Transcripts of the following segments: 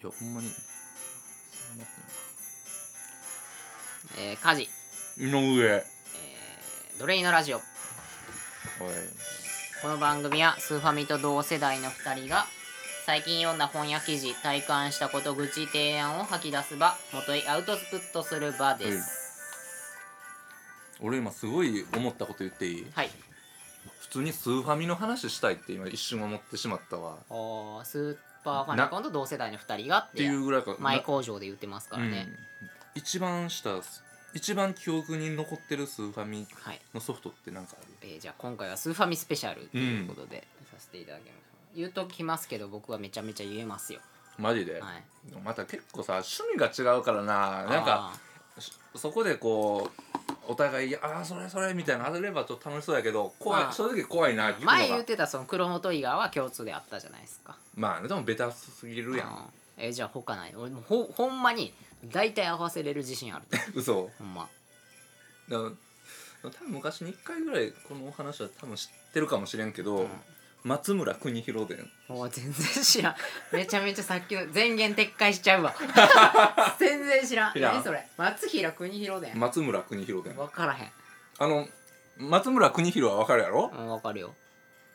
今日ほんまにえー、家事、井上えー、ドレイのラジオおいこの番組はスーファミと同世代の2人が最近読んだ本や記事体感したこと愚痴提案を吐き出す場元へアウトプットする場です、俺今すごい思ったこと言っていいはい普通にスーファミの話したいって今一瞬思ってしまったわっおースーパーファミコンと同世代の2人がっていうぐらいか前工場で言ってますかうらんね、一番下一番記憶に残ってるスーファミはい、のソフトってなんかあるえーじゃあ今回はスーファミスペシャルということでさせていただきます、言うときますけど僕はめちゃめちゃ言えますよマジで、はいまた結構さ趣味が違うからななんかしそこでこうお互いいや「ああそれそれ」みたいなのあればちょっと楽しそうやけどあ怖ーい正直怖いなあ聞ーくのが前言ってたそのクロノトリガーは共通であったじゃないですかまあねでもベタすぎるやんあーえーじゃあ他ない俺もうほほんまに大体合わせれる自信ある嘘ほんま だから多分昔に1回ぐらいこのお話は多分知ってるかもしれんけど、うん松村邦弘伝もう全然知らんめちゃめちゃさっきの全言撤回しちゃうわ 全然知らん知らん何それ松平邦弘伝松村邦弘伝分からへんあの松村邦弘はわかるやろ、うん分かるよ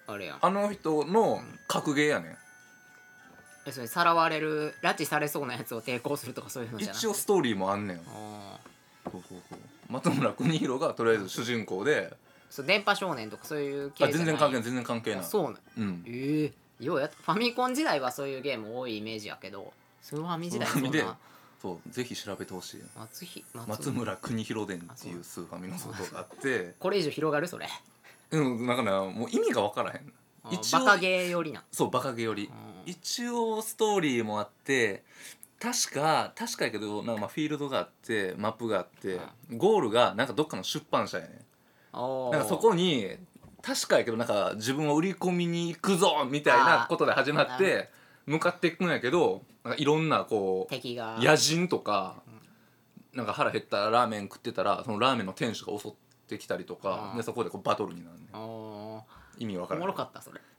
あれやんあの人の格ゲーやねえそれさらわれる拉致されそうなやつを抵抗するとかそういうのんじゃない一応ストーリーもあんねんあー松村邦弘がとりあえず主人公でそう電波少年とかそういう系あじゃな全然い関係ない全然関係ないそうなんうんええようやったファミコン時代はそういうゲーム多いイメージやけどスーファミ時代はそん見てな そうぜひ調べてほしい松ひ松村邦弘伝っていうスーファミのソフトがあってこれ以上広がるそれうんだからもう意味が分からへんあ一応バカゲーよりなそうバカゲよりうん一応ストーリーもあって確か確かやけどなんかまあフィールドがあってマップがあってゴールがなんかどっかの出版社やねんおーなんかそこに確かやけどなんか自分を売り込みに行くぞみたいなことで始まっあーて向かっていくんやけどなんかいろんなこう敵が野人とかなんか腹減ったらラーメン食ってたらそのラーメンの店主が襲ってきたりとかあーでそこでこうバトルになるねんおお意味わかおらもんろいかったそれ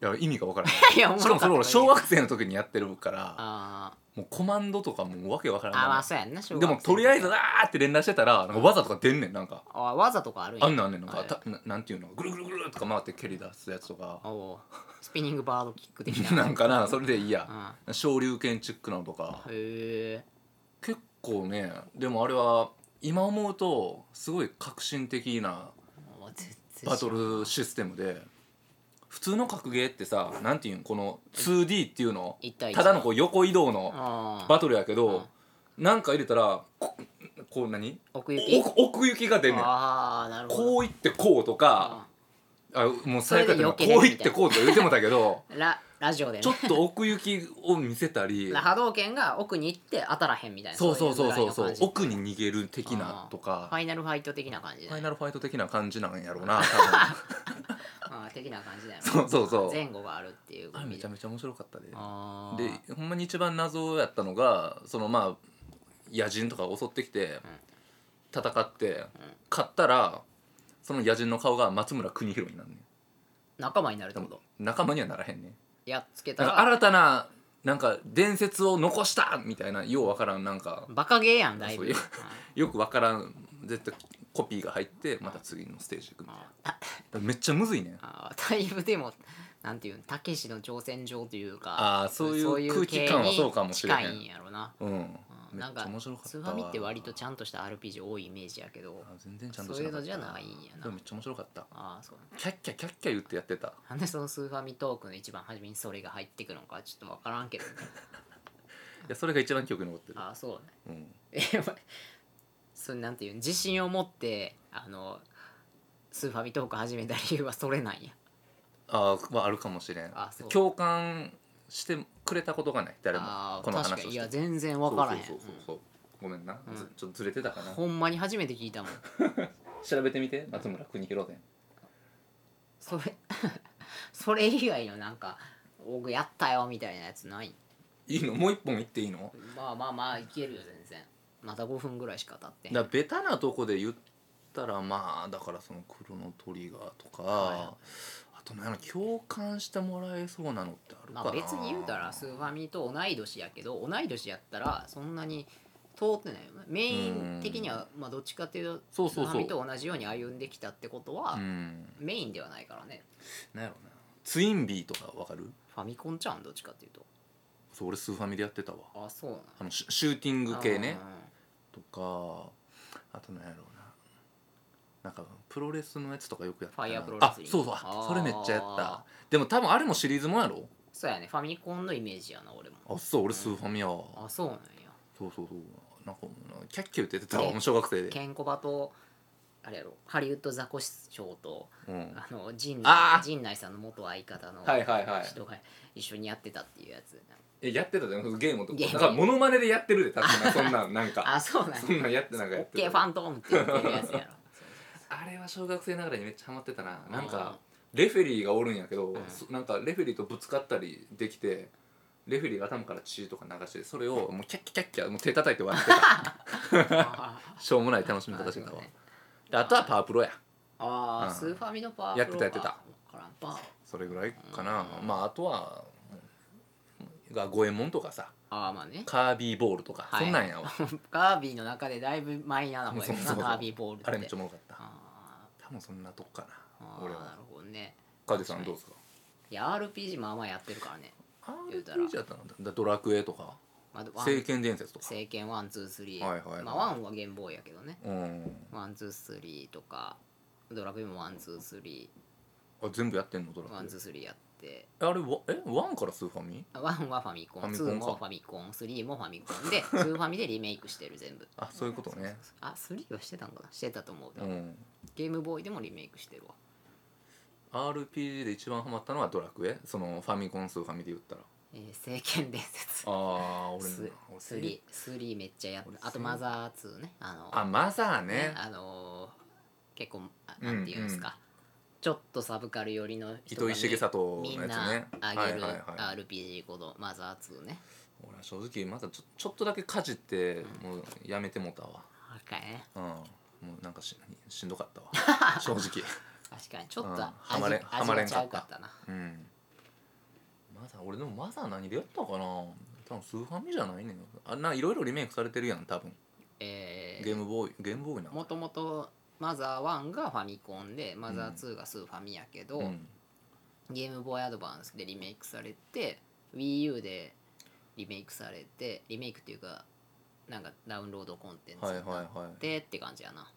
や意味がわからんい やおもろかったしかもそれ俺小学生の時にやってるからあもうコマンドとかもうわけわからーあーまあんそうやんな小で学生もとりあえずわーって連打してたらなんか技とか出んねんなんかあー技とかあるんやあんなんあんねんなんあかれたななんていうのぐるぐるぐるとか回って蹴り出すやつとかおおスピニングバードキック的ななんかなそれでいいやうん昇竜拳チックなのとかへえ結構ねでもあれは今思うとすごい革新的なバトルシステムで普通の格ゲーってさなんていうんこの 2D っていうの一対一ただのこう横移動のあーバトルやけどなんか入れたらここう何奥行き奥奥行きが出んねんああなるほどこういってこうとかあもう最悪やけどそれで避けれるこういってこうとか言ってもたけ どララジオでねちょっと奥行きを見せたり波動拳が奥に行って当たらへんみたいなそうそうそうそうそういぐらいの感じ奥に逃げる的なとフかァイナルファイト的な感じファだイねナルファイト的な感じなんやろうな 多あー的な感じだよね分そうそうそう前後があるっていうあれめちゃめめちちゃ面白かったでゃでほんまに一番謎やったのがそのまあ野人とか襲ってきて戦って、勝ったらその野人の顔が松村邦弘になるね仲間になるってことん仲間にはならへんねんやっつけたなんらか新たななんか伝説を残したみたいなようわからんなんかバカゲーやんだいぶそういうよくわからん絶対コピーが入ってまた次のステージ行くみたいなあだーからめっちゃむずいねん あーだいぶでもなんていうのたけしの挑戦状というかあーそういう空気感はそうかもしれへん系に近いんやろなうんうんめっなんちゃか面白かったスーファミって割とちゃんとした RPG 多いイメージやけどあ全然ちゃんとそうしないうかのったじゃないんやでもなめっちゃ面白かったああそうなんだキャッキャキャッキャ言ってやってたなんでそのスーファミトークの一番初めにそれが入ってくるのかちょっと分からんけどねいやそれが一番記憶に残ってるああそうねうんえお前 それなんていうの自信を持ってあのスーファミトーク始めた理由はそれなんやあーまああるかもしれんあそう共感してくれたことがない誰もああこの確話かをにしいやて全然分からへんそうそうそうそうごめんな、うんずちょっとずれてたかうんなほんまに初めて聞いたもん調べてみて松村邦弘伝それ それ以外のなんか僕やったよみたいなやつないいいのもう一本言っていいのまあまあまあいけるよ全然また5分ぐらいしか経ってへんだからベタなとこで言ったらまあだからその「黒のトリガー」とか、いあとなんやろ共感してもらえそうなのってあるかまな、あ別に言うたらスーファミと同い年やけど同い年やったらそんなに通ってないメイン的にはまあどっちかっていうそとうスそうそうーファミと同じように歩んできたってことはうんメインではないからねなんやろなツインビーとかわかるファミコンちゃうんどっちかっていうとそう俺スーファミでやってたわあそうなんあのシュシューティング系ねうとんかあとなんやろうななんかプロレスのやつとかよくやったなファイアープロレあスリングそうそうああーそれめっちゃやったでも多分あれもシリーズもんやろそうやねファミコンのイメージやな俺もあそう俺スーファミやわあそうなんやそうそうそうなんかもうなキャッキャ言ってたわもう小学生でケンコバとあれやろハリウッドザコシショウとうんあの陣あ内ー陣内さんの元相方のはいはいはい人が一緒にやってたっていうやつえやってたじゃんゲームとゲームなんかモノマネでやってるで確かに そんなんなんかあそうなんやそ んなんやってなんかやオッってケーるファントムって言ってるやつやろ あれは小学生ながらにめっちゃハマってたななんうんかレフェリーがおるんやけど、んそなんかレフェリーとぶつかったりできてレフェリーが頭から血とか流してそれをもうキャッキャキャッキャもう手叩いて割って たあしょうもない楽しみ方してたわであとはパワープロやあうーんスーファミのパワーやってたやってたわからんパワーそれぐらいかな、まああとはが五右衛門とかさああまあねカービーボールとか、はいそんなん やわカービィの中でだいぶマイナーな方やけ どそうそうなそうカービィボールっあてれめっちゃおもろかったあ多分そんなとこかーなあー俺なはるほどね影さんどうですかいや RPG まあまあやってるからね、言うたら RPG やったのだドラクエとかま「あ、聖剣伝説」とか聖剣ワンツースリーはいはいはいまあワンはゲームボーイやけどねうんワンツースリーとかドラクエもワンツースリあ全部やってんのドラーワクンエツースリーやってあれわえワンからスーファミワンはファミコファンミツコンかーもファミコンスリーもファミコン でツーファミでリメイクしてる全部あそういうことねあスリーはしてたんかなしてたと思うで、うんゲームボーイでもリメイクしてるわ RPG で一番ハマったのはドラクエそのファミコンスーファミで言ったらえー、聖剣伝説あー俺ス俺スリースリーめっちゃやってあとマザー2ねあのあマザーねあのー結構あなんていうんですか、ちょっとサブカル寄りの人糸が井重里みのんやつなねあげるはいはいはい RPG こと、マザー2ね俺は正直まだちょちょっとだけかじってもうやめてもうたわ若いねうんもうなんかししんどかった わ正直確かにちょっとうん味,、はまれんはまれ味がんちかゃったうかったなうんマザー俺でもマザー何でやったかな多分スーファミじゃないねんあないろいろリメイクされてるやん多分えゲームボーイゲームボーイなもともとマザー1がファミコンでマザー2がスーファミやけど、うんゲームボーイアドバンスでリメイクされて WiiU でリメイクされてリメイクっていうかなんかダウンロードコンテンツはいにはいなっはいてって感じやな、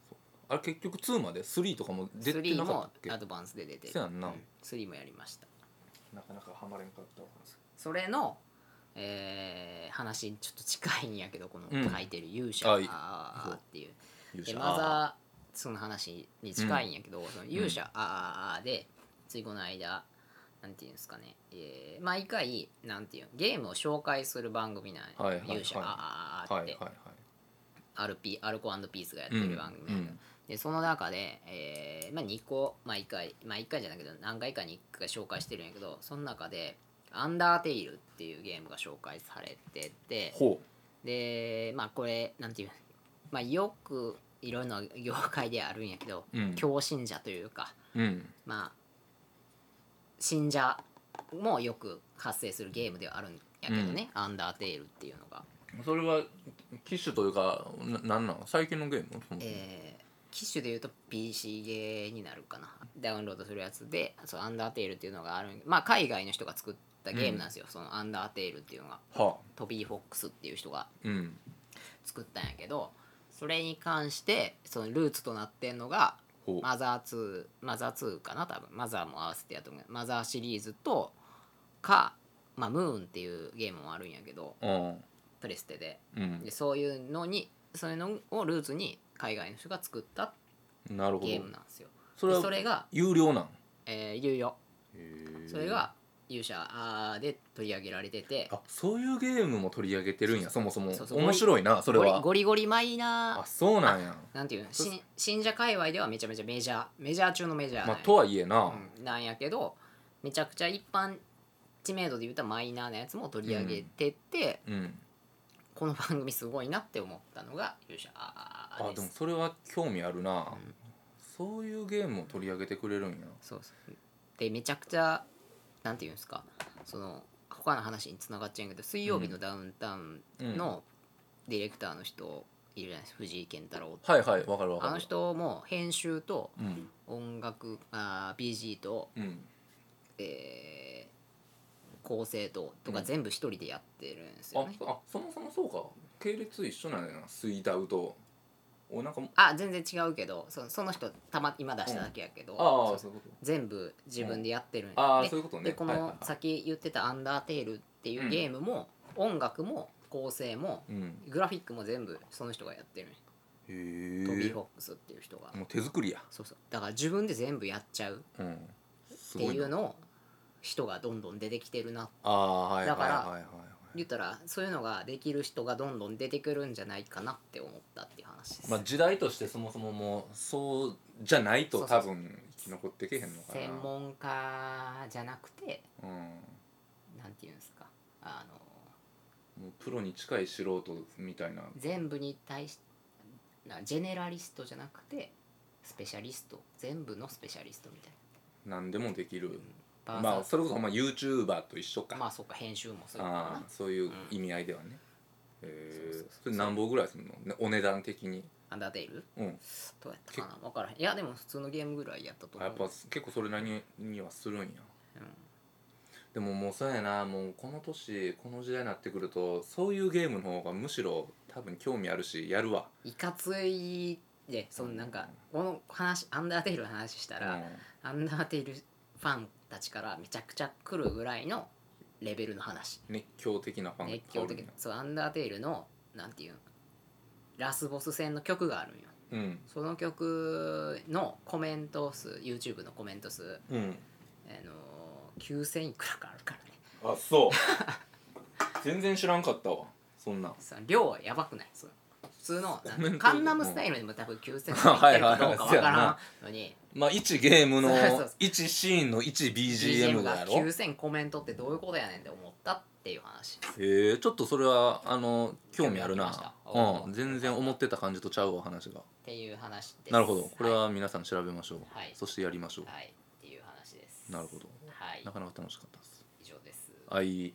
あれ結局2まで3とかも出て3なかったもっけアなドバンスで出てるそうやんな3もやりましたかなかハマれんかったわそれの、えー話にちょっと近いんやけどこのうん書いてる勇者はいあーっていう、勇で者マあザーその話に近いんやけど、その勇者、あーあーあーでついこの間なんていうんですかね、えー毎回なんていうんゲームを紹介する番組なんや、はいはいはい勇者あーーあーあーはっいて、はいはいアルピアルコピースがやってる番組なんやけどうんうんでその中で、えーまあ、2個毎回まあ1回じゃないけど何回かに1回紹介してるんやけどその中で「アンダーテイル」っていうゲームが紹介されててほでまあこれなんていう、まあ、よくいろんな業界であるんやけど、うん強信者というかううんまあ信者もよく発生するゲームではあるんやけどね「アンダーテイル」っていうのが。それは機種というかななんなの最近のゲームそのえー機種でいうと PC ゲーになるかなダウンロードするやつで「そうアンダーテイル」っていうのがあるんまあ海外の人が作ったゲームなんですよ、その「アンダーテイル」っていうのがはあトビー・フォックスっていう人がうん作ったんやけどそれに関してそのルーツとなってんのがほうマザー2マザー2かな多分マザーも合わせてやと思うマザーシリーズとか、まあ、ムーンっていうゲームもあるんやけどうんプレステでうんでそういうのにそういうのをルーツに海外の人が作ったなるほゲどームなんですよそれでそはれが、有料なんえー、有料へえそれが勇者あーで取り上げられててあそういうゲームも取り上げてるんやそもそもそうそう面白いなそれゴリはゴリゴリマイナあそうなんやーなんていうのそう信信者界隈ではめちゃめちゃメジャーメジャー中のメジャーなんまあや,、とはいえなうんなんやけどめちゃくちゃ一般知名度で言うとマイナーなやつも取り上げてて、うんこの番組すごいなって思ったのが勇者ああーででもすそれは興味あるな、んそういうゲームを取り上げてくれるんやそうそうでめちゃくちゃなんていうんですかその他の話に繋がっちゃうんやけど水曜日のダウンタウンのディレクターの人いるじゃないですか藤井健太郎ってはいはいわかるわかあるの人も編集とうん音楽あー BG と、うんえー構成ととかうん全部一人でやってるんですあよね、あそもそもそうか系列一緒なんやな水ダウとおなんかもあ全然違うけどそその人たま今出しただけやけど、あそあうそういうこと全部自分でやってるんでああそういうことねでこはいはいはのい先言ってた「アンダーテール」っていうゲームも、音楽も構成もうんグラフィックも全部その人がやってるんよへトビえー・フォックスっていう人が、もう手作りやそうそうだから自分で全部やっちゃううんっすてごいいうなのを人がどんどん出てきてるなああはいはいだかはいらはいはい言ったらそういうのができる人がどんどん出てくるんじゃないかなって思ったっていう話です、まあ時代としてそもそももうそうじゃないとそうそう多そ分生き残ってけへんのかな専門家じゃなくてうんなんていうんですかあのもうプロに近い素人みたいな全部に対しなジェネラリストじゃなくてスペシャリスト全部のスペシャリストみたい何でもできるなまあバーサそれこそまあ YouTuber と一緒スかまあそうか編集もそういうのかあなあそういう意味合いではね、そうえそうーそう、それ何本ぐらいするのねお値段的にアンダーテイルうんどうやったかな分からへんいやでも普通のゲームぐらいやったとあや思っうぱ結構それなりにはするんやうんでももうそうやなもうこの年この時代になってくるとそういうゲームの方がむしろ多分興味あるしやるわいかついでそのなんかこの話アンダーテイルの話したら、アンダーテイルファンたちからめちゃくちゃ来るぐらいのレベルの話うん熱狂的なファンが熱狂的いっなぱいそうアンダーテイルのなんていうんラスボス戦の曲があるんよおるんやその曲のコメント数 YouTube のコメント数、うんうんあのー、9000いくらかあるからねあ そう全然知らんかったわそんなんその量はやばくないその普通のなんかコメントカンナムスタイルにも多分9000 いってるかどうかわからんのにまあ1ゲームのそうそうそう1シーンの BGM 1BGM ががやろ9000コメントってどういうことやねんって思ったっていう話へえちょっとそれはあの興味ある興味ありなましたおうーん全然思ってた感じとちゃうわ話がっていう話ですなるほどこれは皆さん調べましょう、はいそしてやりましょう、はい、はい、っていう話ですなるほどはいなかなか楽しかったです以上ですはい